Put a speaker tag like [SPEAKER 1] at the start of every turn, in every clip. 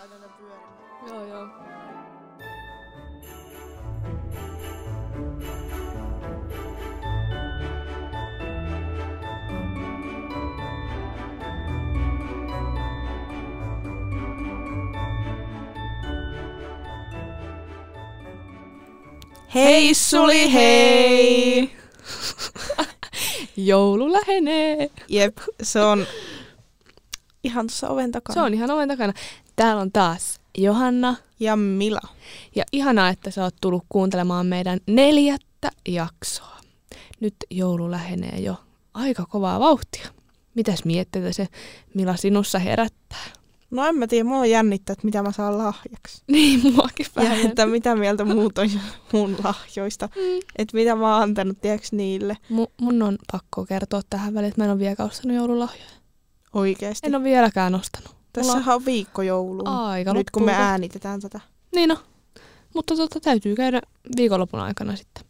[SPEAKER 1] aina ne pyörimään.
[SPEAKER 2] Joo, joo. Hei suli hei! Joulu lähenee.
[SPEAKER 1] Jep, se on ihan tuossa oven takana.
[SPEAKER 2] Se on ihan oven takana. Täällä on taas Johanna.
[SPEAKER 1] Ja Mila.
[SPEAKER 2] Ja ihanaa, että sä oot tullut kuuntelemaan meidän neljättä jaksoa. Nyt joulu lähenee jo aika kovaa vauhtia. Mitäs mietteitä se, millä sinussa herättää?
[SPEAKER 1] No en mä tiedä, mua jännittää, että mitä mä saan lahjaksi.
[SPEAKER 2] Niin, muakin vähän.
[SPEAKER 1] Ja että mitä mieltä muut on mun lahjoista.
[SPEAKER 2] Mm.
[SPEAKER 1] Että mitä mä oon antanut, tiedäks niille.
[SPEAKER 2] Mu- mun on pakko kertoa tähän väliin, että mä en ole vieläkään ostanut joululahjoja.
[SPEAKER 1] Oikeesti.
[SPEAKER 2] En ole vieläkään ostanut.
[SPEAKER 1] Tässähän on viikko jouluun.
[SPEAKER 2] Aika
[SPEAKER 1] Nyt kun me
[SPEAKER 2] loppuun kohta.
[SPEAKER 1] äänitetään tätä.
[SPEAKER 2] Niin no. Mutta tota, täytyy käydä viikonlopun aikana sitten.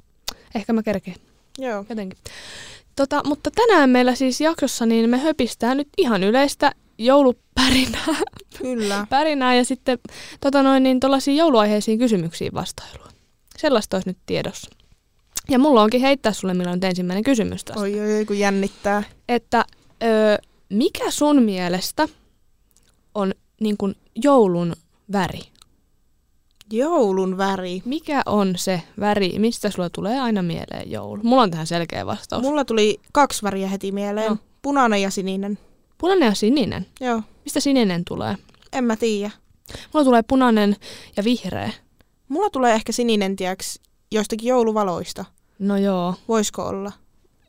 [SPEAKER 2] Ehkä mä kerkeen
[SPEAKER 1] Joo.
[SPEAKER 2] jotenkin. Tota, mutta tänään meillä siis jaksossa niin me höpistään nyt ihan yleistä joulupärinää
[SPEAKER 1] Kyllä.
[SPEAKER 2] pärinää ja sitten tota noin, niin tuollaisiin jouluaiheisiin kysymyksiin vastailua. Sellaista olisi nyt tiedossa. Ja mulla onkin heittää sulle, millä on nyt ensimmäinen kysymys tästä.
[SPEAKER 1] Oi oi oi, kun jännittää.
[SPEAKER 2] Että ö, mikä sun mielestä on niin kuin joulun väri?
[SPEAKER 1] Joulun väri.
[SPEAKER 2] Mikä on se väri, mistä sulla tulee aina mieleen joulu? Mulla on tähän selkeä vastaus.
[SPEAKER 1] Mulla tuli kaksi väriä heti mieleen.
[SPEAKER 2] Joo.
[SPEAKER 1] Punainen ja sininen.
[SPEAKER 2] Punainen ja sininen.
[SPEAKER 1] Joo.
[SPEAKER 2] Mistä sininen tulee?
[SPEAKER 1] En mä tiedä.
[SPEAKER 2] Mulla tulee punainen ja vihreä.
[SPEAKER 1] Mulla tulee ehkä sininen, tiiäks, joistakin jouluvaloista.
[SPEAKER 2] No joo,
[SPEAKER 1] Voisiko olla?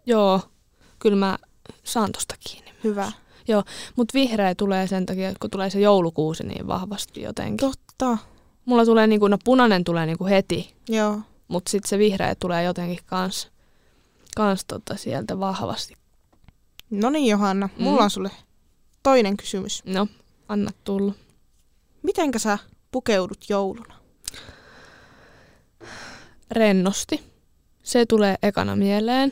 [SPEAKER 2] joo. Kyllä mä saan tosta kiinni.
[SPEAKER 1] Hyvä.
[SPEAKER 2] Mut vihreä tulee sen takia, kun tulee se joulukuusi niin vahvasti jotenkin.
[SPEAKER 1] Totta.
[SPEAKER 2] Mulla tulee niinku, no punainen tulee niinku heti,
[SPEAKER 1] Joo.
[SPEAKER 2] mut sit se vihreä tulee jotenkin kans, kans tota sieltä vahvasti.
[SPEAKER 1] No niin, Johanna.
[SPEAKER 2] Mm.
[SPEAKER 1] Mulla on sulle toinen kysymys.
[SPEAKER 2] No, anna tulla.
[SPEAKER 1] Mitenkä sä pukeudut jouluna?
[SPEAKER 2] rennosti. Se tulee ekana mieleen.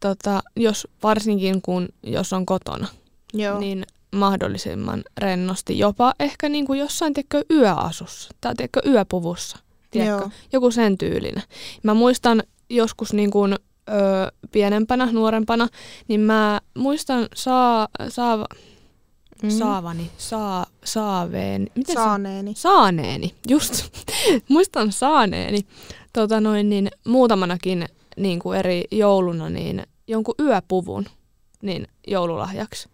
[SPEAKER 2] Tota, jos, varsinkin kun jos on kotona,
[SPEAKER 1] Joo. Niin.
[SPEAKER 2] niin mahdollisimman rennosti. Jopa ehkä niin kuin jossain tiedätkö, yöasussa tai tiedätkö, yöpuvussa. Tiedätkö?
[SPEAKER 1] Joo.
[SPEAKER 2] Joku sen tyylinen. Mä muistan joskus niin kuin, ö, pienempänä, nuorempana, niin mä muistan saa, saa, mm. saavani, saa, saaveen. Miten se-
[SPEAKER 1] Mm-hmm. Saaneeni.
[SPEAKER 2] Saaneeni, just. Muistan saaneeni tota noin, niin muutamanakin niin kuin eri jouluna niin jonkun yöpuvun niin joululahjaksi.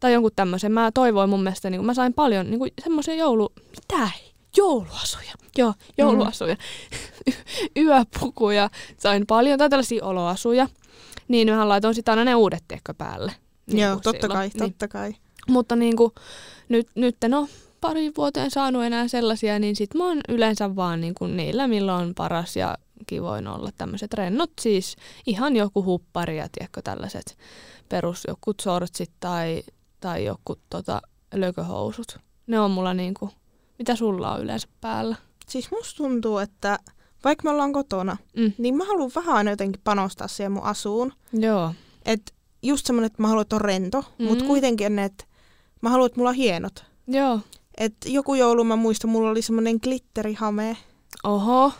[SPEAKER 2] Tai jonkun tämmöisen. Mä toivoin mun mielestä, niin kuin, mä sain paljon niin kuin, semmoisia joulu... Mitä? Jouluasuja.
[SPEAKER 1] Mhm.
[SPEAKER 2] Joo, jouluasuja. Mm. Yöpukuja sain paljon, tai tällaisia oloasuja. Niin mä laitoin sitä aina ne uudet tiekko päälle. Niin
[SPEAKER 1] Joo,
[SPEAKER 2] kuin
[SPEAKER 1] totta
[SPEAKER 2] silloin.
[SPEAKER 1] kai,
[SPEAKER 2] Niin.
[SPEAKER 1] totta kai.
[SPEAKER 2] Mutta niin kuin, nyt, nyt en ole pari vuoteen saanut enää sellaisia, niin sit mä oon yleensä vaan niin kuin niillä, millä on paras ja kivoin olla tämmöiset rennot. Siis ihan joku huppari ja tiedätkö, tällaiset perus jokut sortsit tai, tai jokut tota, lököhousut. Ne on mulla niin kuin, mitä sulla on yleensä päällä.
[SPEAKER 1] Siis musta tuntuu, että vaikka me ollaan kotona,
[SPEAKER 2] Mm.
[SPEAKER 1] niin mä haluan vähän aina jotenkin panostaa siihen mun asuun.
[SPEAKER 2] Joo.
[SPEAKER 1] Että just semmonen, että mä haluan, että on rento, mm. mutta
[SPEAKER 2] Mm.
[SPEAKER 1] kuitenkin, että mä haluan, että mulla on hienot.
[SPEAKER 2] Joo.
[SPEAKER 1] Et joku joulu mä muistan, mulla oli semmoinen glitterihame.
[SPEAKER 2] Oho.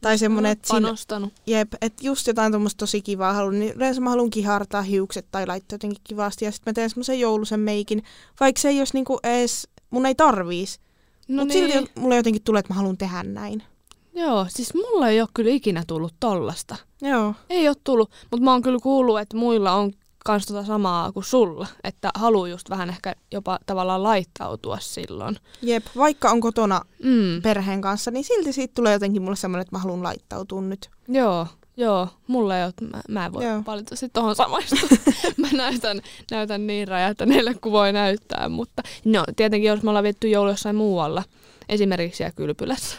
[SPEAKER 1] Tai semmoinen, että siinä,
[SPEAKER 2] Panostanut.
[SPEAKER 1] jep, et just jotain tuommoista tosi kivaa haluan. Niin yleensä mä haluan kihartaa hiukset tai laittaa jotenkin kivasti. Ja sitten mä teen semmoisen joulusen meikin. Vaikka se ei olisi niinku ees, mun ei tarviis. No
[SPEAKER 2] No
[SPEAKER 1] Mutta
[SPEAKER 2] niin.
[SPEAKER 1] niin. silti mulle jotenkin tulee, että mä haluan tehdä näin.
[SPEAKER 2] Joo, siis mulla ei ole kyllä ikinä tullut tollasta.
[SPEAKER 1] Joo.
[SPEAKER 2] Ei ole tullut, mutta mä oon kyllä kuullut, että muilla on kans tota samaa kuin sulla. Että haluu just vähän ehkä jopa tavallaan laittautua silloin.
[SPEAKER 1] Jep, vaikka on kotona
[SPEAKER 2] Mm.
[SPEAKER 1] perheen kanssa, niin silti siitä tulee jotenkin mulle semmoinen, että mä haluan laittautua nyt.
[SPEAKER 2] Joo, joo. Mulla ei ole, mä, mä en voi
[SPEAKER 1] Joo.
[SPEAKER 2] joo. valita sit tohon samaistua. mä näytän, näytän niin räjähtäneelle kuin voi näyttää, mutta no tietenkin jos me ollaan vietty joulu jossain muualla, esimerkiksi siellä kylpylässä,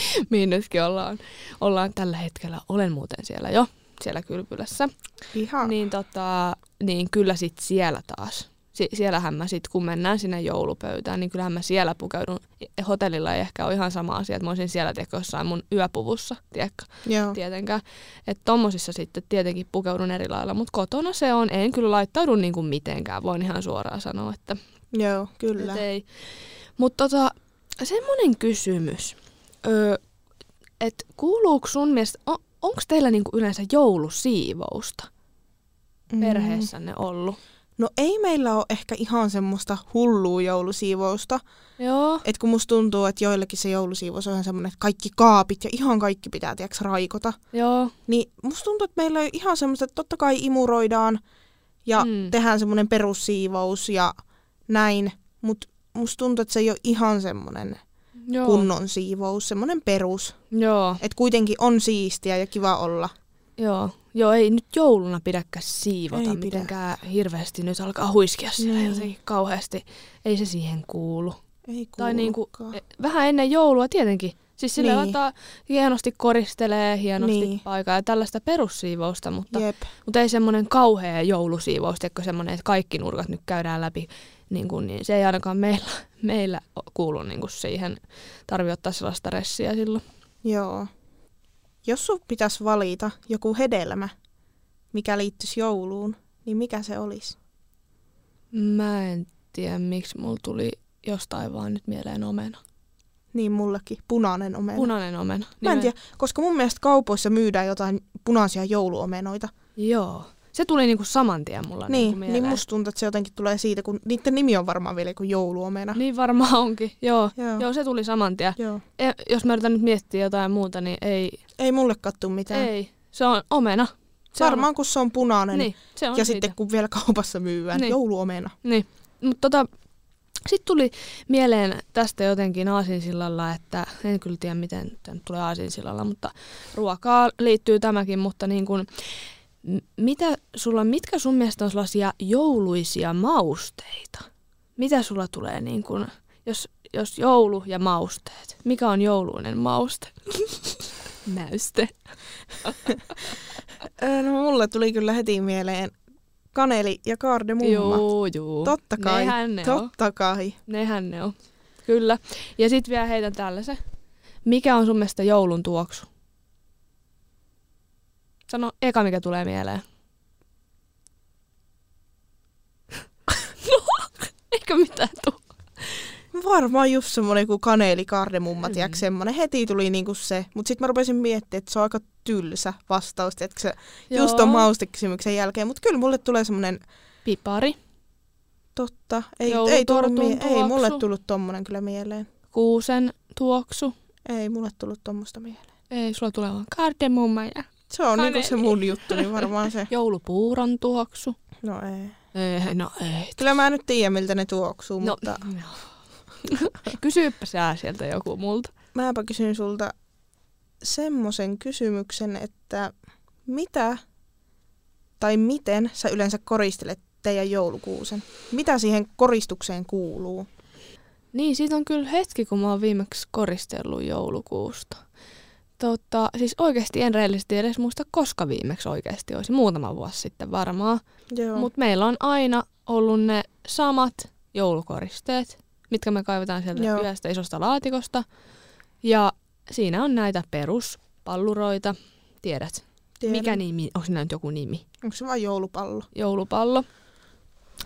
[SPEAKER 2] mihin nytkin ollaan, ollaan tällä hetkellä, olen muuten siellä jo, siellä kylpylässä,
[SPEAKER 1] Ihan. Niin.
[SPEAKER 2] Niin, tota, niin kyllä sit siellä taas. Si- siellähän mä sit, kun mennään sinne joulupöytään, niin kyllähän mä siellä pukeudun. Hotellilla ei ehkä ole ihan sama asia, että mä olisin siellä tiedätkö, jossain mun yöpuvussa, tiedätkö,
[SPEAKER 1] Joo.
[SPEAKER 2] tietenkään. Että tommosissa sitten tietenkin pukeudun eri lailla, mutta kotona se on, niin en kyllä laittaudu niinku mitenkään, voin ihan suoraan sanoa, että
[SPEAKER 1] Joo, kyllä.
[SPEAKER 2] et ei. Mutta tota, semmoinen kysymys, öö, että kuuluuko sun mielestä, on, onko teillä niinku yleensä joulusiivousta mm. perheessänne ollut?
[SPEAKER 1] No ei meillä ole ehkä ihan semmoista hullua joulusiivousta.
[SPEAKER 2] Joo.
[SPEAKER 1] Et kun musta tuntuu, että joillakin se joulusiivous on ihan semmoinen, että kaikki kaapit ja ihan kaikki pitää, tiiäks, raikota.
[SPEAKER 2] Joo.
[SPEAKER 1] Niin musta tuntuu, että meillä on ihan semmoista, että totta kai imuroidaan ja
[SPEAKER 2] Mm.
[SPEAKER 1] mm. tehdään semmoinen perussiivous ja näin. Mutta musta tuntuu, että se ei ole ihan semmoinen
[SPEAKER 2] Joo.
[SPEAKER 1] kunnon siivous, semmoinen perus.
[SPEAKER 2] Joo.
[SPEAKER 1] Että kuitenkin on siistiä ja kiva olla.
[SPEAKER 2] Joo. Joo, ei nyt jouluna pidäkään siivota
[SPEAKER 1] Ei
[SPEAKER 2] ei
[SPEAKER 1] pidä.
[SPEAKER 2] mitenkään hirveästi. Nyt alkaa huiskia siellä
[SPEAKER 1] Niin.
[SPEAKER 2] jotenkin kauheasti. Ei se siihen kuulu.
[SPEAKER 1] Ei
[SPEAKER 2] Tai niinku,
[SPEAKER 1] kuulukaan.
[SPEAKER 2] e, vähän ennen joulua tietenkin. Siis sillä
[SPEAKER 1] Ah. Niin.
[SPEAKER 2] laittaa hienosti koristelee, hienosti
[SPEAKER 1] Niin.
[SPEAKER 2] paikaa ja tällaista perussiivousta, mutta,
[SPEAKER 1] Jep.
[SPEAKER 2] mutta ei semmoinen kauhea joulusiivous, tiedätkö, semmoinen, että kaikki nurkat nyt käydään läpi, niin, kuin, niin se ei ainakaan meillä, meillä o- kuulu niin kuin siihen. Tarvi ottaa sellaista stressiä silloin.
[SPEAKER 1] Joo. Jos sun pitäisi valita joku hedelmä, mikä liittyisi jouluun, niin mikä se olisi?
[SPEAKER 2] Mä en tiedä, miksi mulla tuli jostain vaan nyt mieleen omena.
[SPEAKER 1] Niin mullekin, punainen omena.
[SPEAKER 2] Punainen omena.
[SPEAKER 1] Mä en tiedä, koska mun mielestä kaupoissa myydään jotain punaisia jouluomenoita.
[SPEAKER 2] Joo. Se tuli niinku saman tien mulla niinku
[SPEAKER 1] Niin,
[SPEAKER 2] mieleen.
[SPEAKER 1] niin musta tuntuu, että se jotenkin tulee siitä, kun niiden nimi on varmaan vielä kuin jouluomena.
[SPEAKER 2] Niin varmaan onkin, joo.
[SPEAKER 1] Joo.
[SPEAKER 2] joo. Joo, se tuli saman tien.
[SPEAKER 1] Joo.
[SPEAKER 2] E, jos mä yritän nyt miettiä jotain muuta, niin ei.
[SPEAKER 1] Ei mulle kattu mitään.
[SPEAKER 2] Ei. Se on omena. Se
[SPEAKER 1] varmaan, kun se on punainen.
[SPEAKER 2] On, niin, se on
[SPEAKER 1] ja
[SPEAKER 2] siitä.
[SPEAKER 1] sitten kun vielä kaupassa myyvään,
[SPEAKER 2] Niin.
[SPEAKER 1] niin. jouluomena.
[SPEAKER 2] Niin. Mutta tota, sitten tuli mieleen tästä jotenkin aasinsillalla, että en kyllä tiedä miten tämä nyt tulee aasinsillalla, mutta ruokaa liittyy tämäkin, mutta niin kuin, m- mitä sulla, mitkä sun mielestä on sellaisia jouluisia mausteita? Mitä sulla tulee niin kuin, jos, jos joulu ja mausteet, mikä on jouluinen mauste? Näyste.
[SPEAKER 1] Ö, No mulle tuli kyllä heti mieleen kaneli ja kaardemumma.
[SPEAKER 2] Joo, joo.
[SPEAKER 1] Totta kai.
[SPEAKER 2] Nehän ne on.
[SPEAKER 1] Totta kai.
[SPEAKER 2] Nehän ne on. Kyllä. Ja sitten vielä heitän tällaisen. Mikä on sun mielestä joulun tuoksu? Sano eka, mikä tulee mieleen. no, eikö mitään tuu.
[SPEAKER 1] Varmaan just semmoinen kuin kaneli, kardemumma,
[SPEAKER 2] Mm.
[SPEAKER 1] mm. tiedätkö, semmoinen. Heti tuli niinku se. Mutta sitten mä rupesin miettimään, että se on aika tylsä vastaus, tiedätkö, se just on maustekysymyksen jälkeen. Mutta kyllä mulle tulee semmoinen
[SPEAKER 2] Pipari,
[SPEAKER 1] totta. Ei, ei, tullut
[SPEAKER 2] Joulutortun
[SPEAKER 1] mie- ei mulle
[SPEAKER 2] tuoksu.
[SPEAKER 1] tullut tommonen kyllä mieleen.
[SPEAKER 2] kuusen tuoksu.
[SPEAKER 1] Ei mulle tullut tommosta mieleen.
[SPEAKER 2] Ei, sulla tulee vaan kardemumma ja
[SPEAKER 1] Se on niinku
[SPEAKER 2] Kaneli.
[SPEAKER 1] se mun juttu, niin varmaan se.
[SPEAKER 2] joulupuuron tuoksu.
[SPEAKER 1] No ei.
[SPEAKER 2] Ei, no ei.
[SPEAKER 1] Kyllä mä nyt tiedän, miltä ne tuoksuu,
[SPEAKER 2] No.
[SPEAKER 1] mutta
[SPEAKER 2] Kysyypä sä sieltä joku multa.
[SPEAKER 1] mäpä kysyn sulta semmoisen kysymyksen, että mitä tai miten sä yleensä koristelet teidän joulukuusen? Mitä siihen koristukseen kuuluu?
[SPEAKER 2] Niin, siitä on kyllä hetki, kun mä oon viimeksi koristellut joulukuusta. Tota, siis oikeasti en rehellisesti edes muista, koska viimeksi oikeasti olisi. Muutama vuosi sitten varmaan.
[SPEAKER 1] Joo.
[SPEAKER 2] Mutta meillä on aina ollut ne samat joulukoristeet, mitkä me kaivetaan sieltä Joo.
[SPEAKER 1] Joo.
[SPEAKER 2] yhdestä isosta laatikosta. Ja siinä on näitä peruspalluroita. Tiedät, Tiedän. mikä nimi, onko siinä nyt joku nimi?
[SPEAKER 1] Onko se vain joulupallo?
[SPEAKER 2] Joulupallo,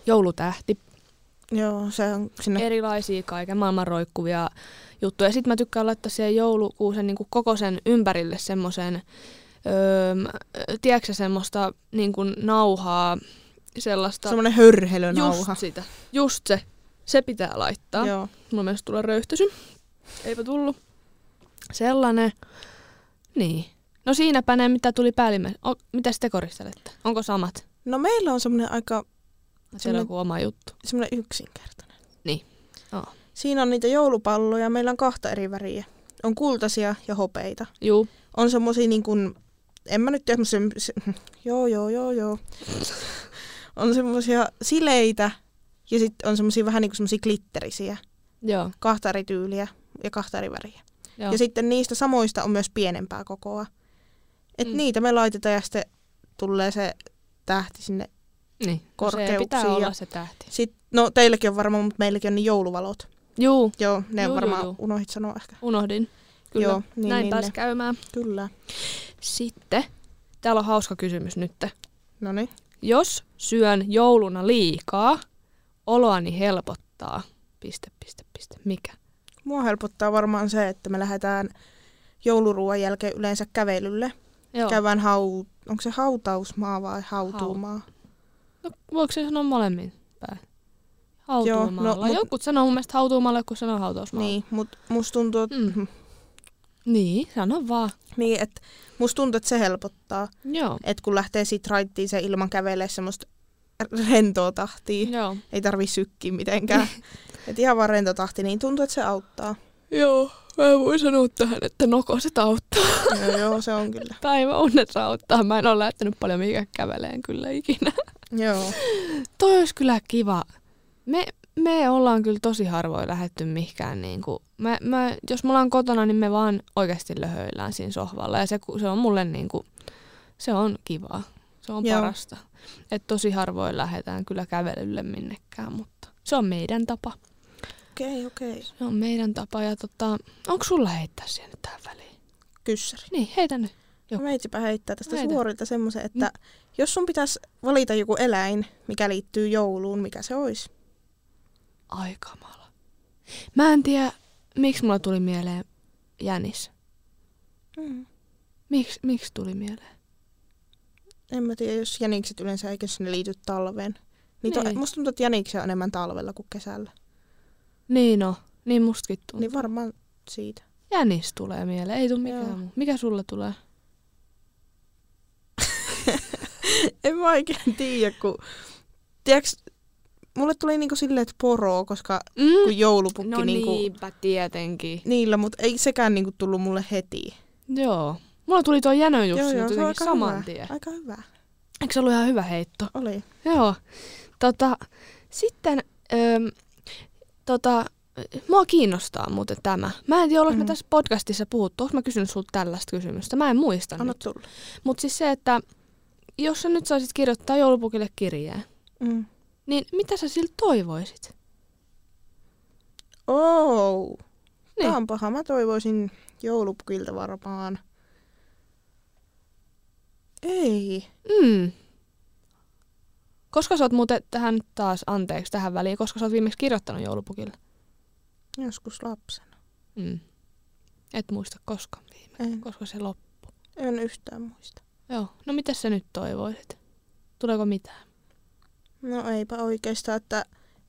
[SPEAKER 2] joulutähti,
[SPEAKER 1] Joo, se on sinne.
[SPEAKER 2] erilaisia kaiken maailman roikkuvia juttuja. Sitten mä tykkään laittaa siihen joulukuusen niin koko sen ympärille semmoisen, öö, tiedätkö sä, semmoista niin kuin nauhaa, sellaista.
[SPEAKER 1] Semmoinen hörhelönauha.
[SPEAKER 2] Just sitä. Just se. Se pitää laittaa.
[SPEAKER 1] Joo.
[SPEAKER 2] Mun mielestä tulee röyhtösy. Eipä tullut. Sellainen. Niin. No siinäpä ne, mitä tuli päällimmäisenä. O, mitä te koristelette? Onko samat?
[SPEAKER 1] No meillä on semmoinen aika
[SPEAKER 2] Siellä on
[SPEAKER 1] Semmonen-
[SPEAKER 2] joku oma juttu.
[SPEAKER 1] semmoinen yksinkertainen.
[SPEAKER 2] Niin. Joo.
[SPEAKER 1] Siinä on niitä joulupalloja. Meillä on kahta eri väriä. On kultaisia ja hopeita.
[SPEAKER 2] Juu.
[SPEAKER 1] on semmosia niin kuin, en mä nyt tiedä, se, se, joo joo joo joo, on semmosia sileitä ja sitten on semmosia vähän niin kuin semmosia glitterisiä,
[SPEAKER 2] Joo.
[SPEAKER 1] kahta eri tyyliä ja kahta eri väriä.
[SPEAKER 2] Joo.
[SPEAKER 1] Joo. Ja sitten niistä samoista on myös pienempää kokoa. Et
[SPEAKER 2] Mm.
[SPEAKER 1] mm. niitä me laitetaan ja sitten tulee se tähti sinne.
[SPEAKER 2] Niin. No se
[SPEAKER 1] korkeuksia.
[SPEAKER 2] pitää olla se tähti.
[SPEAKER 1] Sit, no teilläkin on varmaan, mutta meilläkin on niin jouluvalot.
[SPEAKER 2] Juu,
[SPEAKER 1] Joo, ne
[SPEAKER 2] Joo,
[SPEAKER 1] joo, varmaan
[SPEAKER 2] joo,
[SPEAKER 1] joo. unohit sanoa ehkä.
[SPEAKER 2] unohdin. Kyllä,
[SPEAKER 1] Joo,
[SPEAKER 2] niin,
[SPEAKER 1] niin,
[SPEAKER 2] näin
[SPEAKER 1] niin,
[SPEAKER 2] pääs
[SPEAKER 1] ne.
[SPEAKER 2] käymään.
[SPEAKER 1] Kyllä.
[SPEAKER 2] Sitten, täällä on hauska kysymys nyt.
[SPEAKER 1] No niin.
[SPEAKER 2] Jos syön jouluna liikaa, oloani helpottaa. piste, piste, piste, mikä.
[SPEAKER 1] Mua helpottaa varmaan se, että me lähdetään jouluruoan jälkeen yleensä kävelylle.
[SPEAKER 2] Joo.
[SPEAKER 1] Käydään hau... Onko se hautausmaa vai hautuumaa?
[SPEAKER 2] No, voiko se sanoa molemmin päin? Hautuumalla.
[SPEAKER 1] no, mut-
[SPEAKER 2] Jotkut sanoo mun mielestä hautuumalla, jotkut sanoo hautausmaalla.
[SPEAKER 1] Niin, mutta musta tuntuu, että
[SPEAKER 2] Mm. Niin, sano vaan.
[SPEAKER 1] niin, et, musta tuntuu, että se helpottaa.
[SPEAKER 2] Joo.
[SPEAKER 1] Että kun lähtee siitä raittiin se ilman kävelee semmoista rentoa tahtia.
[SPEAKER 2] Niin. Joo.
[SPEAKER 1] Ei tarvi sykkiä mitenkään. Et ihan vaan rento tahti, niin tuntuu, että se auttaa.
[SPEAKER 2] Joo, mä en voi sanoa tähän, että nokoset auttaa.
[SPEAKER 1] joo, No joo, se on kyllä.
[SPEAKER 2] Päivä onnes auttaa. Mä en ole lähtenyt paljon mikä käveleen kyllä ikinä.
[SPEAKER 1] Joo.
[SPEAKER 2] Toi olisi kyllä kiva. Me, me ollaan kyllä tosi harvoin lähetty mihinkään. Niin kuin, mä, mä, jos me ollaan kotona, niin me vaan oikeasti löhöillään siinä sohvalla. Ja se, ku- se on mulle niin kuin, se on kivaa. Se on
[SPEAKER 1] Joo.
[SPEAKER 2] parasta. Et tosi harvoin lähdetään kyllä kävelylle minnekään, mutta se on meidän tapa.
[SPEAKER 1] Okei, okay, okei. Okay.
[SPEAKER 2] Se on meidän tapa. Ja tota, onko sulla heittää siihen nyt tähän väliin?
[SPEAKER 1] Kyssäri.
[SPEAKER 2] Niin, heitä nyt. Joo.
[SPEAKER 1] Joo. Meitsipä heittää tästä
[SPEAKER 2] Heitä.
[SPEAKER 1] Heitä. suorilta semmoisen, että mm. jos sun pitäisi valita joku eläin, mikä liittyy jouluun, mikä se olisi?
[SPEAKER 2] Aikamala. Mä en tiedä, miksi mulla tuli mieleen jänis.
[SPEAKER 1] Mm.
[SPEAKER 2] Miksi miksi tuli mieleen?
[SPEAKER 1] En mä tiedä, jos jänikset yleensä eikö ne liity talveen. Niitä
[SPEAKER 2] Niin.
[SPEAKER 1] on, musta tuntuu, että jänikset on enemmän talvella kuin kesällä.
[SPEAKER 2] Niin no, niin mustakin tuntuu.
[SPEAKER 1] Niin varmaan siitä.
[SPEAKER 2] Jänis tulee mieleen, ei tule
[SPEAKER 1] Joo.
[SPEAKER 2] mikään muu. Mikä sulla tulee?
[SPEAKER 1] En mä oikein tiedä, kun... Tiedätkö, mulle tuli niinku silleen, että poro, koska
[SPEAKER 2] Mm.
[SPEAKER 1] kun joulupukki niinku...
[SPEAKER 2] tietenkin.
[SPEAKER 1] Niillä, mutta ei sekään niinku tullut mulle heti.
[SPEAKER 2] Joo. Mulla tuli tuo jänön Jussi nyt
[SPEAKER 1] se on
[SPEAKER 2] jotenkin saman
[SPEAKER 1] hyvä.
[SPEAKER 2] tien.
[SPEAKER 1] Aika hyvä.
[SPEAKER 2] Eikö se ollut ihan hyvä heitto?
[SPEAKER 1] Oli.
[SPEAKER 2] Joo. Tota, sitten öm, tota, mua kiinnostaa muuten tämä. Mä en tiedä, ollaanko mm.
[SPEAKER 1] Mm.
[SPEAKER 2] me tässä podcastissa puhuttu. Oletko mä kysynyt sulta tällaista kysymystä? Mä en muista
[SPEAKER 1] Anna
[SPEAKER 2] nyt.
[SPEAKER 1] tulla.
[SPEAKER 2] Mutta siis se, että jos sä nyt saisit kirjoittaa joulupukille kirjeen,
[SPEAKER 1] Mm.
[SPEAKER 2] niin mitä sä siltä toivoisit?
[SPEAKER 1] Oh.
[SPEAKER 2] Niin.
[SPEAKER 1] Tämä on paha. Mä toivoisin joulupukilta varmaan. Ei.
[SPEAKER 2] Mm. Koska sä oot muuten tähän nyt taas, anteeksi tähän väliin, koska sä oot viimeksi kirjoittanut joulupukille?
[SPEAKER 1] Joskus lapsena.
[SPEAKER 2] Mm. Et muista koska viime,
[SPEAKER 1] En,
[SPEAKER 2] koska se loppuu.
[SPEAKER 1] en yhtään muista.
[SPEAKER 2] Joo. No mitä sä nyt toivoisit? Tuleeko mitään?
[SPEAKER 1] No eipä oikeastaan, että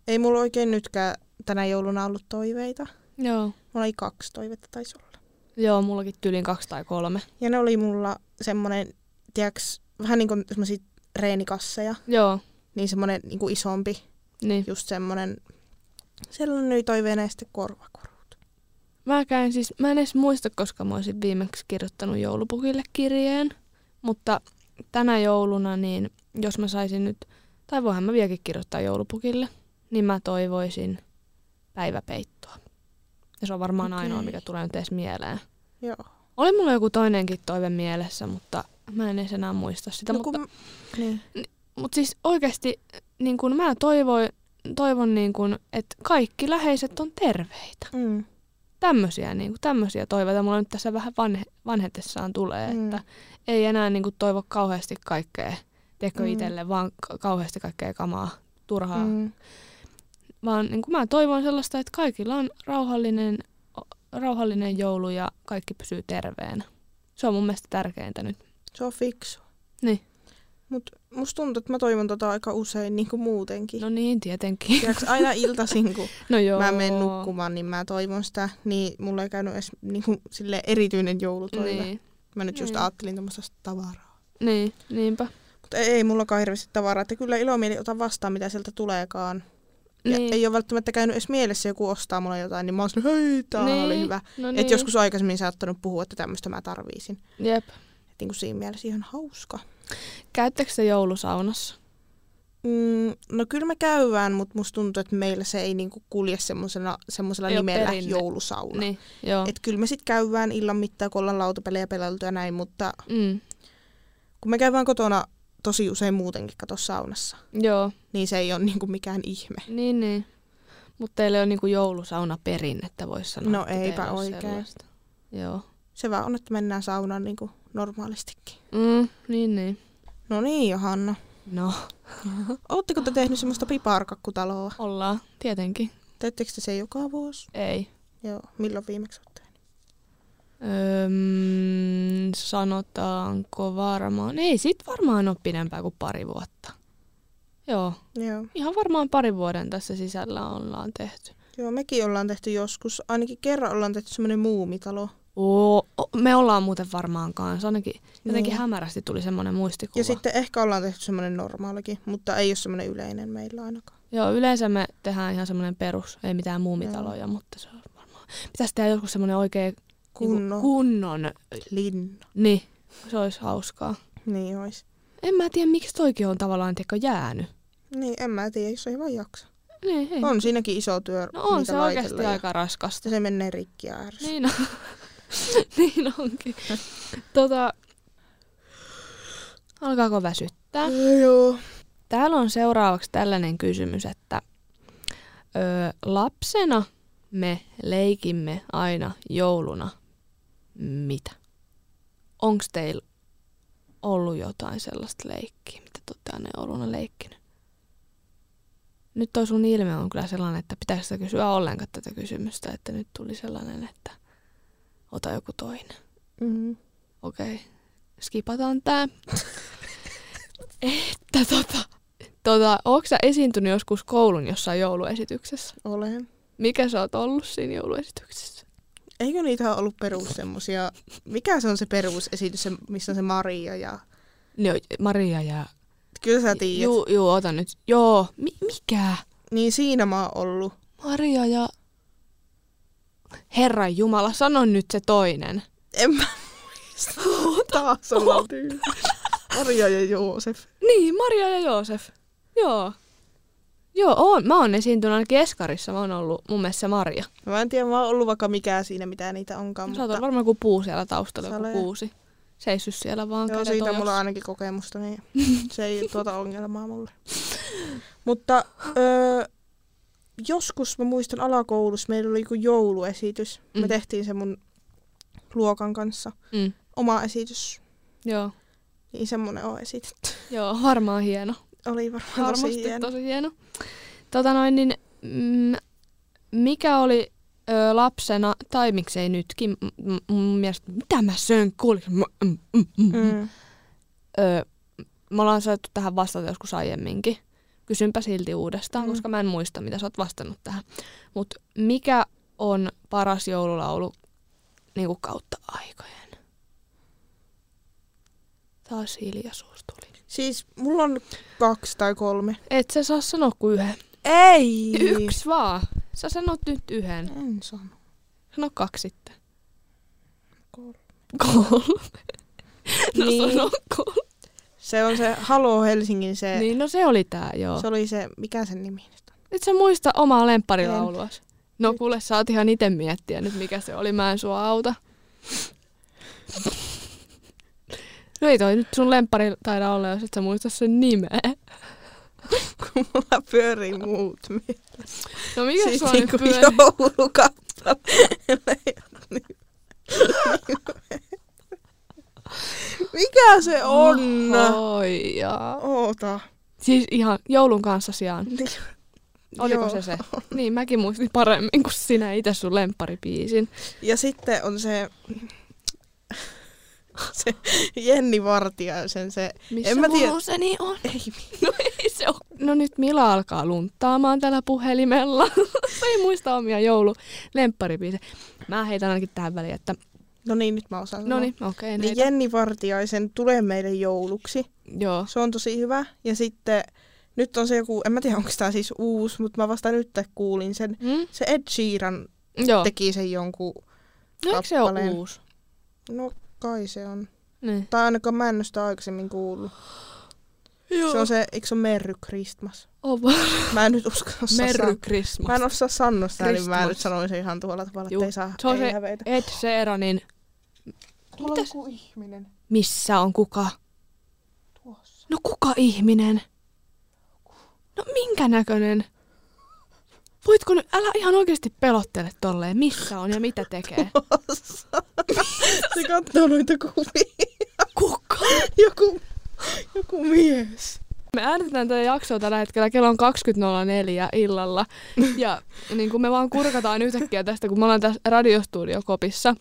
[SPEAKER 1] ei mulla oikein nytkään tänä jouluna ollut toiveita.
[SPEAKER 2] Joo.
[SPEAKER 1] Mulla oli kaksi toivetta taisi olla.
[SPEAKER 2] Joo, mullakin tyylin kaksi tai kolme.
[SPEAKER 1] Ja ne oli mulla semmonen, tiiäks, vähän niin kuin semmosia reenikasseja.
[SPEAKER 2] Joo,
[SPEAKER 1] Niin semmonen niin kuin isompi,
[SPEAKER 2] niin.
[SPEAKER 1] just semmonen, sellainen oli toiveena ja sitten korvakorut.
[SPEAKER 2] Mä käyn siis, mä en edes muista, koska mä olisin viimeksi kirjoittanut joulupukille kirjeen, mutta tänä jouluna, niin jos mä saisin nyt, tai voihan mä vieläkin kirjoittaa joulupukille, niin mä toivoisin päiväpeittoa. Ja se on varmaan okay. ainoa,
[SPEAKER 1] Okei.
[SPEAKER 2] mikä tulee nyt edes mieleen.
[SPEAKER 1] Joo.
[SPEAKER 2] Oli mulla joku toinenkin toive mielessä, mutta mä en edes enää muista sitä. mutta,
[SPEAKER 1] No kun- niin.
[SPEAKER 2] mutta siis oikeasti niin kun mä toivoin, toivon, niin kun, että kaikki läheiset on terveitä
[SPEAKER 1] Mm.
[SPEAKER 2] tämmöisiä, niin kuin, tämmöisiä toiveita mulla nyt tässä vähän vanhe, vanhetessaan tulee, mm.
[SPEAKER 1] Mm.
[SPEAKER 2] että ei enää niin kuin, toivo kauheasti kaikkea teko mm.
[SPEAKER 1] Mm.
[SPEAKER 2] itselle, vaan ka- kauheasti kaikkea kamaa, turhaa. Mm.
[SPEAKER 1] Mm.
[SPEAKER 2] Vaan niin kuin, mä toivon sellaista, että kaikilla on rauhallinen, o- rauhallinen joulu ja kaikki pysyy terveenä. Se on mun mielestä tärkeintä nyt.
[SPEAKER 1] Se on fiksu.
[SPEAKER 2] Niin.
[SPEAKER 1] Mut musta tuntuu, että mä toivon tota aika usein niin kuin muutenkin.
[SPEAKER 2] No
[SPEAKER 1] No.
[SPEAKER 2] niin, tietenkin.
[SPEAKER 1] Tiedätkö, aina iltaisin, kun
[SPEAKER 2] No joo.
[SPEAKER 1] mä menen nukkumaan, niin mä toivon sitä. Niin mulla ei käynyt edes niin kuin, silleen erityinen joulutoive. Niin.
[SPEAKER 2] Niin,
[SPEAKER 1] Mä nyt just
[SPEAKER 2] Niin.
[SPEAKER 1] ajattelin tämmöistä tavaraa.
[SPEAKER 2] niin, niinpä.
[SPEAKER 1] Mutta ei, ei mullakaan hirveästi tavaraa. Että kyllä ilomieli ota vastaan, mitä sieltä tuleekaan. Ja
[SPEAKER 2] Niin.
[SPEAKER 1] ei ole välttämättä käynyt edes mielessä, joku ostaa mulle jotain, niin mä oon silleen, hei, tää
[SPEAKER 2] Niin.
[SPEAKER 1] niin. oli hyvä.
[SPEAKER 2] No
[SPEAKER 1] Niin.
[SPEAKER 2] niin.
[SPEAKER 1] Että joskus aikaisemmin saattanut puhua, että tämmöistä mä tarviisin.
[SPEAKER 2] Jep.
[SPEAKER 1] Et niin kuin siinä mielessä ihan hauska.
[SPEAKER 2] Käyttekö se joulusaunassa?
[SPEAKER 1] Mm, no kyllä me käydään, mutta musta tuntuu, että meillä se ei niinku kulje semmosena, semmosella
[SPEAKER 2] Ei oo
[SPEAKER 1] nimellä
[SPEAKER 2] perinne.
[SPEAKER 1] joulusauna.
[SPEAKER 2] Niin, joo.
[SPEAKER 1] Et kyllä me sitten käydään illan mittaan, kun ollaan lautapelejä pelailtu ja näin, mutta
[SPEAKER 2] Mm.
[SPEAKER 1] kun me käydään kotona tosi usein muutenkin kato saunassa,
[SPEAKER 2] Joo.
[SPEAKER 1] niin se ei ole niinku mikään ihme.
[SPEAKER 2] Niin, niin. Mutta teillä on niinku joulusauna perinnettä, voisi sanoa.
[SPEAKER 1] No
[SPEAKER 2] että
[SPEAKER 1] eipä
[SPEAKER 2] teillä on
[SPEAKER 1] oikein.
[SPEAKER 2] sellaista. Joo.
[SPEAKER 1] Se vaan on, että mennään saunaan niinku normaalistikin.
[SPEAKER 2] Mm, niin, niin.
[SPEAKER 1] No niin, Johanna.
[SPEAKER 2] No,
[SPEAKER 1] Ootteko te tehnyt semmoista piparkakkutaloa?
[SPEAKER 2] ollaan, tietenkin.
[SPEAKER 1] Teettekö te se joka vuosi?
[SPEAKER 2] Ei.
[SPEAKER 1] Joo. Milloin viimeksi olette?
[SPEAKER 2] Öm, sanotaanko varmaan, ei sit varmaan ole pidempää kuin pari vuotta. Joo,
[SPEAKER 1] Joo.
[SPEAKER 2] ihan varmaan pari vuoden tässä sisällä ollaan tehty.
[SPEAKER 1] Joo, mekin ollaan tehty joskus. Ainakin kerran ollaan tehty semmoinen muumitalo.
[SPEAKER 2] Oo, o- me ollaan muuten varmaan kanssa, ainakin jotenkin
[SPEAKER 1] Niin.
[SPEAKER 2] hämärästi tuli semmoinen muistikuva.
[SPEAKER 1] Ja sitten ehkä ollaan tehty semmoinen normaalikin, mutta ei ole semmoinen yleinen meillä ainakaan.
[SPEAKER 2] Joo, yleensä me tehdään ihan semmoinen perus, ei mitään muumitaloja, mutta se on varmaan... Pitäisi tehdä joskus semmoinen oikein
[SPEAKER 1] Kunnon.
[SPEAKER 2] kunnon.
[SPEAKER 1] Linna.
[SPEAKER 2] Niin, se olisi hauskaa.
[SPEAKER 1] Niin ois.
[SPEAKER 2] En mä tiedä, miksi toikin on tavallaan teko jäänyt.
[SPEAKER 1] Niin, en mä tiedä, jos ei vaan jaksa.
[SPEAKER 2] Niin, ei.
[SPEAKER 1] On siinäkin iso työ.
[SPEAKER 2] No on
[SPEAKER 1] niitä
[SPEAKER 2] se oikeasti
[SPEAKER 1] laitella ja-
[SPEAKER 2] aika raskasta.
[SPEAKER 1] Ja se menee rikki ja ärsyttää.
[SPEAKER 2] Niin, on. niin onkin. Tota, alkaako väsyttää?
[SPEAKER 1] Joo.
[SPEAKER 2] Täällä on seuraavaksi tällainen kysymys, että ö, lapsena me leikimme aina jouluna mitä? Onko teillä ollut jotain sellaista leikkiä, mitä te olette aina jouluna leikkinyt? Nyt toi sun ilme on kyllä sellainen, että pitäisi sitä kysyä ollenkaan tätä kysymystä, että nyt tuli sellainen, että ota joku toinen. Mm-hmm.
[SPEAKER 1] Mm.
[SPEAKER 2] Okei, skipataan tää. että tota, tota ootko sä esiintynyt joskus koulun jossain jouluesityksessä?
[SPEAKER 1] Olen.
[SPEAKER 2] Mikä sä oot ollut siinä jouluesityksessä?
[SPEAKER 1] Eikö niitä ollut perus semmosia? Mikä se on se perusesitys, se, missä on se Maria ja...
[SPEAKER 2] No, Maria ja...
[SPEAKER 1] Kyllä sä tiedät.
[SPEAKER 2] Juu, juu, ota nyt. Joo, mi- mikä?
[SPEAKER 1] Niin siinä mä oon ollut.
[SPEAKER 2] Maria ja... Herra Jumala, sano nyt se toinen.
[SPEAKER 1] En mä muista. Taas ollaan tyhjä. Maria ja Joosef.
[SPEAKER 2] Niin, Maria ja Joosef. Joo. Joo, oon. Mä oon esiintynyt ainakin Eskarissa. Mä oon ollut mun mielestä se Maria.
[SPEAKER 1] Mä en tiedä, mä oon ollut vaikka mikä siinä, mitä niitä onkaan.
[SPEAKER 2] No, Sä oot
[SPEAKER 1] mutta...
[SPEAKER 2] ollut varmaan joku puu siellä taustalla,
[SPEAKER 1] Sale.
[SPEAKER 2] joku kuusi. Seisy siellä vaan.
[SPEAKER 1] Joo,
[SPEAKER 2] kädet
[SPEAKER 1] siitä
[SPEAKER 2] ojossa.
[SPEAKER 1] mulla on ainakin kokemusta, niin se ei tuota ongelmaa mulle. Mutta öö, joskus mä muistan alakoulussa, meillä oli joku jouluesitys. Mm. Me
[SPEAKER 2] Mm.
[SPEAKER 1] tehtiin se mun luokan kanssa.
[SPEAKER 2] Mm.
[SPEAKER 1] Oma esitys,
[SPEAKER 2] Joo.
[SPEAKER 1] niin semmonen on esitetty.
[SPEAKER 2] Joo, varmaan hieno.
[SPEAKER 1] Oli varmaan
[SPEAKER 2] Varmasti
[SPEAKER 1] tosi hieno.
[SPEAKER 2] tosi hieno. Tota noin, niin mm, mikä oli ö, lapsena, tai miksei nytkin, m- m- mun mielestä, mitä mä söin, kuuliko mä- mm, mm, mm.
[SPEAKER 1] Mm.
[SPEAKER 2] Ö, me ollaan saatu tähän vastata joskus aiemminkin. Kysynpä silti uudestaan,
[SPEAKER 1] Mm.
[SPEAKER 2] koska mä en muista, mitä sä oot vastannut tähän. Mutta mikä on paras joululaulu niinku kautta aikojen? Taas hiljaisuus tuli.
[SPEAKER 1] Siis mulla on kaksi tai kolme.
[SPEAKER 2] Et sä saa sanoa kuin yhden.
[SPEAKER 1] Ei!
[SPEAKER 2] Yksi vaan. Sä sanot nyt yhden.
[SPEAKER 1] En sano.
[SPEAKER 2] Sano kaksi sitten.
[SPEAKER 1] Kolme.
[SPEAKER 2] Kolme. No
[SPEAKER 1] Niin.
[SPEAKER 2] niin. sano kolme.
[SPEAKER 1] Se on se Halo Helsingin se, niin.
[SPEAKER 2] Niin, no se oli tää, joo.
[SPEAKER 1] se oli se, mikä sen nimi nyt on?
[SPEAKER 2] Et sä muista omaa lempparilauluasi. No kuule, sä oot ihan ite miettiä nyt, mikä se oli. Mä en sua auta. No ei toi nyt sun lemppari taida olla, jos et sä muista sen nimeä.
[SPEAKER 1] Kun mulla pyörii muut
[SPEAKER 2] No mikä siis
[SPEAKER 1] siis
[SPEAKER 2] sua
[SPEAKER 1] niinku
[SPEAKER 2] nyt pyörii?
[SPEAKER 1] joulukappale. Mikä se on?
[SPEAKER 2] No. Oi jaa.
[SPEAKER 1] Oota.
[SPEAKER 2] Siis ihan joulun kanssa sijaan. Oliko
[SPEAKER 1] Niin Joo.
[SPEAKER 2] se se? Niin, mäkin muistin paremmin kuin sinä itse sun lempparibiisin.
[SPEAKER 1] Ja sitten on se, se Jenni Vartiaisen se,
[SPEAKER 2] Missä
[SPEAKER 1] En mä tiedä.
[SPEAKER 2] se niin on?
[SPEAKER 1] ei
[SPEAKER 2] No ei se ole. No nyt Mila alkaa lunttaamaan tällä puhelimella. Mä ei muista omia joululempparibiisejä. Mä heitän ainakin tähän väliin, että...
[SPEAKER 1] No niin, nyt mä osaan
[SPEAKER 2] No
[SPEAKER 1] sanoa.
[SPEAKER 2] niin, okei.
[SPEAKER 1] Niin
[SPEAKER 2] Okay,
[SPEAKER 1] Jenni Vartiaisen Tule meille jouluksi.
[SPEAKER 2] Joo.
[SPEAKER 1] Se on tosi hyvä. Ja sitten nyt on se joku, en mä tiedä onko tämä siis uusi, mutta mä vasta nyt kuulin sen.
[SPEAKER 2] Mm?
[SPEAKER 1] Se Ed Sheeran
[SPEAKER 2] Joo.
[SPEAKER 1] teki sen jonkun,
[SPEAKER 2] No eikö se ole
[SPEAKER 1] kappaleen.
[SPEAKER 2] uusi?
[SPEAKER 1] no kai se on.
[SPEAKER 2] Niin.
[SPEAKER 1] Tai ainakaan mä en ole sitä aikaisemmin kuullut.
[SPEAKER 2] Joo.
[SPEAKER 1] Se on se, eikö se ole Merry Christmas?
[SPEAKER 2] Ova.
[SPEAKER 1] Mä en nyt uskalla osaa
[SPEAKER 2] Merry
[SPEAKER 1] san- Mä
[SPEAKER 2] Christmas.
[SPEAKER 1] en osaa sanoa sitä, niin mä
[SPEAKER 2] Christmas.
[SPEAKER 1] nyt sanoisin ihan tuolla tavalla,
[SPEAKER 2] Juu.
[SPEAKER 1] että ei saa
[SPEAKER 2] Se on
[SPEAKER 1] ei
[SPEAKER 2] se-
[SPEAKER 1] häveitä.
[SPEAKER 2] Ed Sheeranin...
[SPEAKER 1] Tuolla on
[SPEAKER 2] Mitäs?
[SPEAKER 1] joku ihminen
[SPEAKER 2] Missä on kuka?
[SPEAKER 1] tuossa.
[SPEAKER 2] No kuka ihminen? No minkä näköinen? Voitko nyt, älä ihan oikeasti pelottele tolleen, missä on ja mitä tekee.
[SPEAKER 1] Se katsoo noita kuvia.
[SPEAKER 2] Kuka?
[SPEAKER 1] Joku, joku mies.
[SPEAKER 2] Me äänestetään tätä jaksoa tällä hetkellä kello on 20.04 illalla. Ja niin kuin me vaan kurkataan yhtäkkiä tästä, kun me ollaan tässä radiostudiokopissa.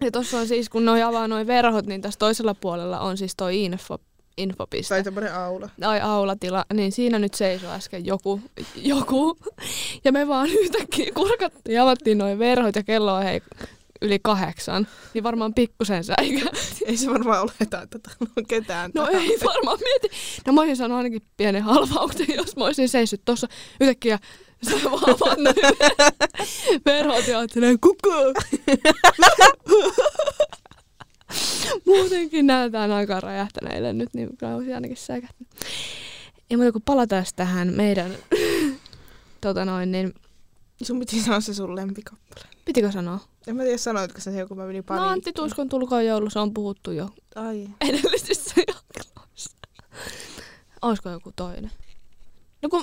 [SPEAKER 2] Ja tuossa on siis, kun noi avaa noi verhot, niin tässä toisella puolella on siis toi info, infopiste.
[SPEAKER 1] Tai tämmöinen aula.
[SPEAKER 2] Ai aulatila, niin siinä nyt seisoi äsken joku, joku. Ja me vaan yhtäkkiä kurkattiin ja avattiin noin verhot ja kello on hei yli kahdeksan. Niin varmaan pikkusen säikä.
[SPEAKER 1] Ei se varmaan oleta, että täällä on ketään.
[SPEAKER 2] tota, No
[SPEAKER 1] täällä.
[SPEAKER 2] ei varmaan mieti. No mä olisin saanut ainakin pienen halvauksen, jos mä olisin seissyt tuossa yhtäkkiä sä vaan avaat noin verhot ja oot silleen, kuku. Muutenkin näytetään aika räjähtäneille nyt, niin kyllä olisi ainakin säikähtänyt. Ei muuta kuin palataan tähän meidän, tota noin, niin
[SPEAKER 1] Sun piti sanoa se sun lempikappale.
[SPEAKER 2] pitikö sanoa?
[SPEAKER 1] En mä tiedä sanoitko sä sen, kun mä menin
[SPEAKER 2] No
[SPEAKER 1] paniikkiin.
[SPEAKER 2] Antti Tuskon tulkoon joulu, se on puhuttu jo
[SPEAKER 1] Ai.
[SPEAKER 2] edellisissä jaksoissa. Olisiko joku toinen? No kun...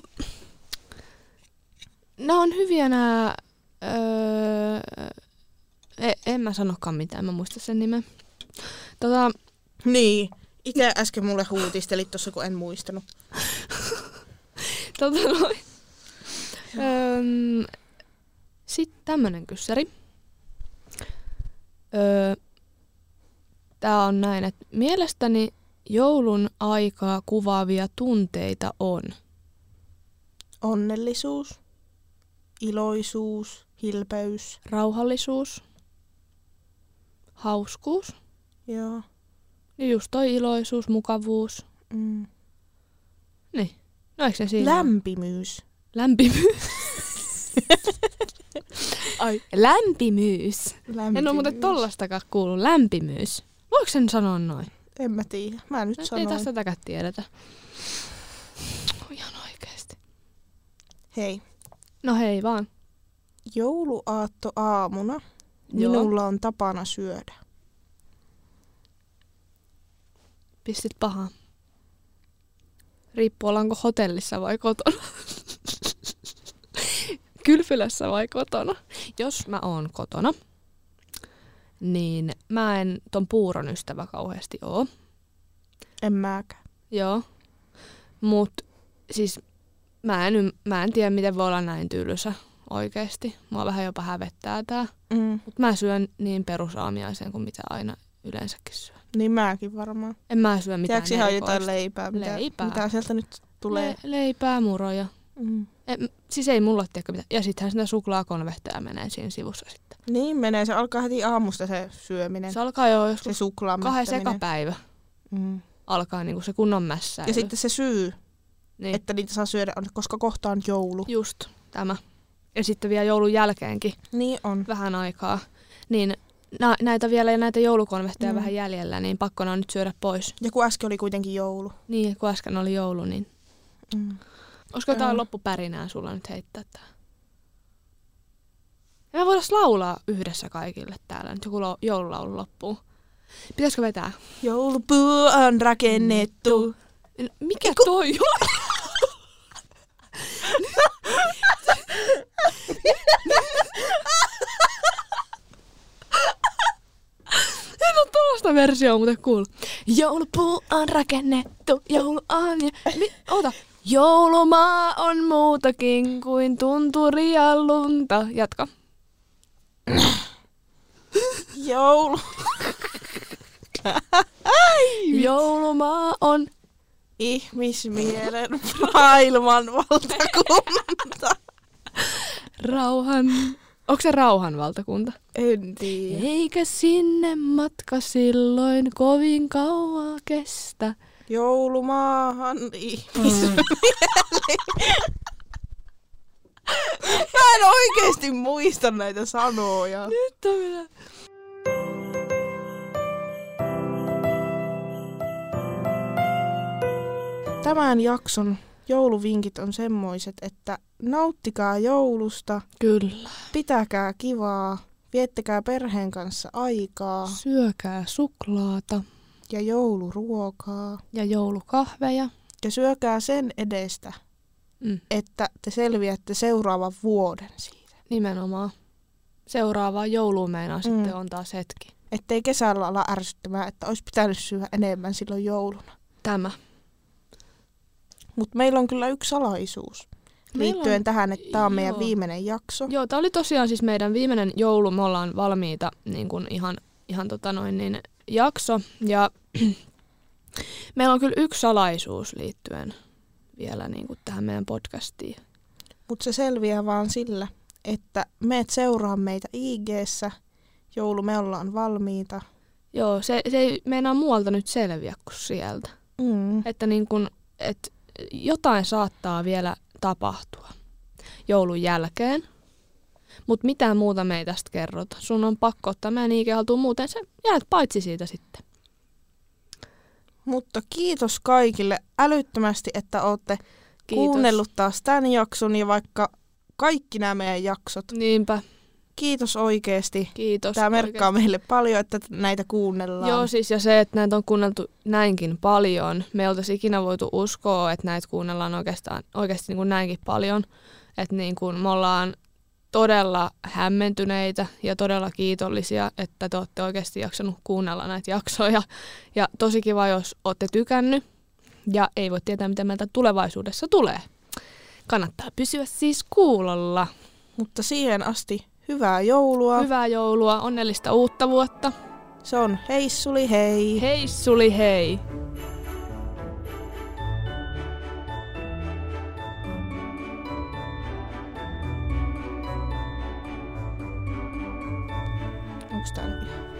[SPEAKER 2] Nämä on hyviä nämä... Öö, e- en mä sanokaan mitään, mä muista sen nimen. Tota,
[SPEAKER 1] Niin. Itse äsken mulle huutistelit tuossa, kun en muistanut.
[SPEAKER 2] tota noin. Öm, Sitten tämmönen kyssäri. Öö, Tää on näin, että mielestäni joulun aikaa kuvaavia tunteita on.
[SPEAKER 1] Onnellisuus, iloisuus, hilpeys.
[SPEAKER 2] rauhallisuus, hauskuus,
[SPEAKER 1] Joo.
[SPEAKER 2] ja just toi iloisuus, mukavuus.
[SPEAKER 1] Mm.
[SPEAKER 2] Niin. No eikö se siinä? ole?
[SPEAKER 1] Lämpimyys.
[SPEAKER 2] Lämpimyys. Ai, lämpimyys.
[SPEAKER 1] Lämpimyys.
[SPEAKER 2] En ole muuten tollastakaan kuullut. Lämpimyys. Voiko sen sanoa noin?
[SPEAKER 1] En mä tiedä. Mä nyt
[SPEAKER 2] No, ei
[SPEAKER 1] sanoin.
[SPEAKER 2] tästä tätäkään tiedetä. Ihan oikeesti.
[SPEAKER 1] Hei.
[SPEAKER 2] No hei vaan.
[SPEAKER 1] Jouluaatto aamuna
[SPEAKER 2] Joo.
[SPEAKER 1] minulla on tapana syödä.
[SPEAKER 2] Pistit pahaa. Riippuu ollaanko hotellissa vai kotona. Kylpylässä vai kotona. Jos mä oon kotona, niin mä en ton puuron ystävä kauheasti oo.
[SPEAKER 1] En mäkään.
[SPEAKER 2] Joo. Mut siis mä en, ym- mä en tiedä miten voi olla näin tylsä oikeesti. Mua vähän jopa hävettää tää.
[SPEAKER 1] Mm.
[SPEAKER 2] Mut mä syön niin perusaamiaisen kuin mitä aina yleensäkin syö.
[SPEAKER 1] Niin mäkin varmaan.
[SPEAKER 2] En mä syö mitään
[SPEAKER 1] Tiedätkö ihan jotain
[SPEAKER 2] erikoista.
[SPEAKER 1] leipää, mitä,
[SPEAKER 2] Leipää.
[SPEAKER 1] mitä sieltä nyt tulee?
[SPEAKER 2] Le- leipää, muroja.
[SPEAKER 1] Mm.
[SPEAKER 2] E, m- siis ei mulla tiedä mitään. Ja sittenhän sitä suklaakonvehteja menee siinä sivussa sitten.
[SPEAKER 1] Niin menee, se alkaa heti aamusta se syöminen.
[SPEAKER 2] Se alkaa jo
[SPEAKER 1] Se
[SPEAKER 2] joskus
[SPEAKER 1] suklaan
[SPEAKER 2] kahden
[SPEAKER 1] mättäminen.
[SPEAKER 2] sekapäivä.
[SPEAKER 1] mm.
[SPEAKER 2] Alkaa niinku se kunnon mässäily.
[SPEAKER 1] Ja sitten se syy,
[SPEAKER 2] niin,
[SPEAKER 1] että niitä saa syödä, on, koska kohta on joulu.
[SPEAKER 2] just tämä. Ja sitten vielä joulun jälkeenkin
[SPEAKER 1] Niin on.
[SPEAKER 2] vähän aikaa. Niin nä- näitä vielä ja näitä joulukonvehteja
[SPEAKER 1] Mm.
[SPEAKER 2] mm. vähän jäljellä, niin pakko ne on nyt syödä pois.
[SPEAKER 1] Ja kun äsken oli kuitenkin joulu.
[SPEAKER 2] Niin, kun äsken oli joulu, niin
[SPEAKER 1] Mm.
[SPEAKER 2] Olisiko
[SPEAKER 1] Joo.
[SPEAKER 2] jotain loppupärinää sulla nyt heittää tää? Ja me voidaan laulaa yhdessä kaikille täällä nyt joku lo- joululaulu loppuun. Pitäisikö vetää?
[SPEAKER 1] Joulupuu on rakennettu.
[SPEAKER 2] N- Mikä Eiku... toi on? en ole tuollaista versioa muuten kuullut. Joulupuu on rakennettu, joulu on ja... Mi- Oota. Joulumaa on muutakin kuin tunturi ja lunta. Jatka.
[SPEAKER 1] Joulu.
[SPEAKER 2] Joulumaa on...
[SPEAKER 1] Ihmismielen maailman valtakunta.
[SPEAKER 2] Rauhan... Onko se rauhan valtakunta?
[SPEAKER 1] En tiedä.
[SPEAKER 2] Eikä sinne matka silloin kovin kauaa kestä.
[SPEAKER 1] Joulumaahan ihmismieli. Mä en oikeesti muista näitä sanoja.
[SPEAKER 2] Nyt on minä.
[SPEAKER 1] Tämän jakson jouluvinkit on semmoiset, että nauttikaa joulusta,
[SPEAKER 2] Kyllä.
[SPEAKER 1] pitäkää kivaa, viettäkää perheen kanssa aikaa
[SPEAKER 2] Syökää suklaata
[SPEAKER 1] ja jouluruokaa.
[SPEAKER 2] ja joulukahveja.
[SPEAKER 1] Ja syökää sen edestä,
[SPEAKER 2] Mm.
[SPEAKER 1] että te selviätte seuraavan vuoden siitä.
[SPEAKER 2] Nimenomaan. Seuraavaa jouluun meinaa mm. sitten
[SPEAKER 1] Mm.
[SPEAKER 2] on taas hetki.
[SPEAKER 1] Ettei kesällä ala ärsyttämään, että olisi pitänyt syödä enemmän silloin jouluna.
[SPEAKER 2] Tämä.
[SPEAKER 1] Mutta meillä on kyllä yksi salaisuus
[SPEAKER 2] Meillä
[SPEAKER 1] liittyen
[SPEAKER 2] on-
[SPEAKER 1] tähän, että tämä on meidän
[SPEAKER 2] joo.
[SPEAKER 1] viimeinen jakso.
[SPEAKER 2] Joo, tämä oli tosiaan siis meidän viimeinen joulu. Me ollaan valmiita niin kuin ihan, ihan tota noin, niin, jakso. Ja meillä on kyllä yksi salaisuus liittyen vielä niin kuin tähän meidän podcastiin.
[SPEAKER 1] Mutta se selviää vaan sillä, että meet seuraa meitä ig joulu me ollaan valmiita.
[SPEAKER 2] Joo, se, se ei meinaa muualta nyt selviä kuin sieltä.
[SPEAKER 1] Mm.
[SPEAKER 2] Että niin kuin, et jotain saattaa vielä tapahtua joulun jälkeen, mutta mitään muuta me ei tästä kerrota. Sun on pakko ottaa meidän IG haltuun, muuten sä jäät paitsi siitä sitten.
[SPEAKER 1] Mutta kiitos kaikille älyttömästi, että olette
[SPEAKER 2] Kiitos.
[SPEAKER 1] kuunnellut taas tämän jakson ja vaikka kaikki nämä meidän jaksot.
[SPEAKER 2] Niinpä,
[SPEAKER 1] Kiitos oikeasti.
[SPEAKER 2] kiitos.
[SPEAKER 1] Tämä merkkaa meille paljon, että t- näitä kuunnellaan.
[SPEAKER 2] Joo, siis ja se, että näitä on kuunneltu näinkin paljon. Me ei oltaisi ikinä voitu uskoa, että näitä kuunnellaan oikeastaan, oikeasti niin kuin näinkin paljon. Että niin kuin me ollaan todella hämmentyneitä ja todella kiitollisia, että te olette oikeasti jaksanut kuunnella näitä jaksoja. Ja tosi kiva, jos olette tykännyt. Ja ei voi tietää, mitä meiltä tulevaisuudessa tulee. Kannattaa pysyä siis kuulolla.
[SPEAKER 1] Mutta siihen asti hyvää joulua.
[SPEAKER 2] Hyvää joulua, onnellista uutta vuotta.
[SPEAKER 1] Se on heissuli hei.
[SPEAKER 2] Hei suli hei!
[SPEAKER 1] Onks tää nyt?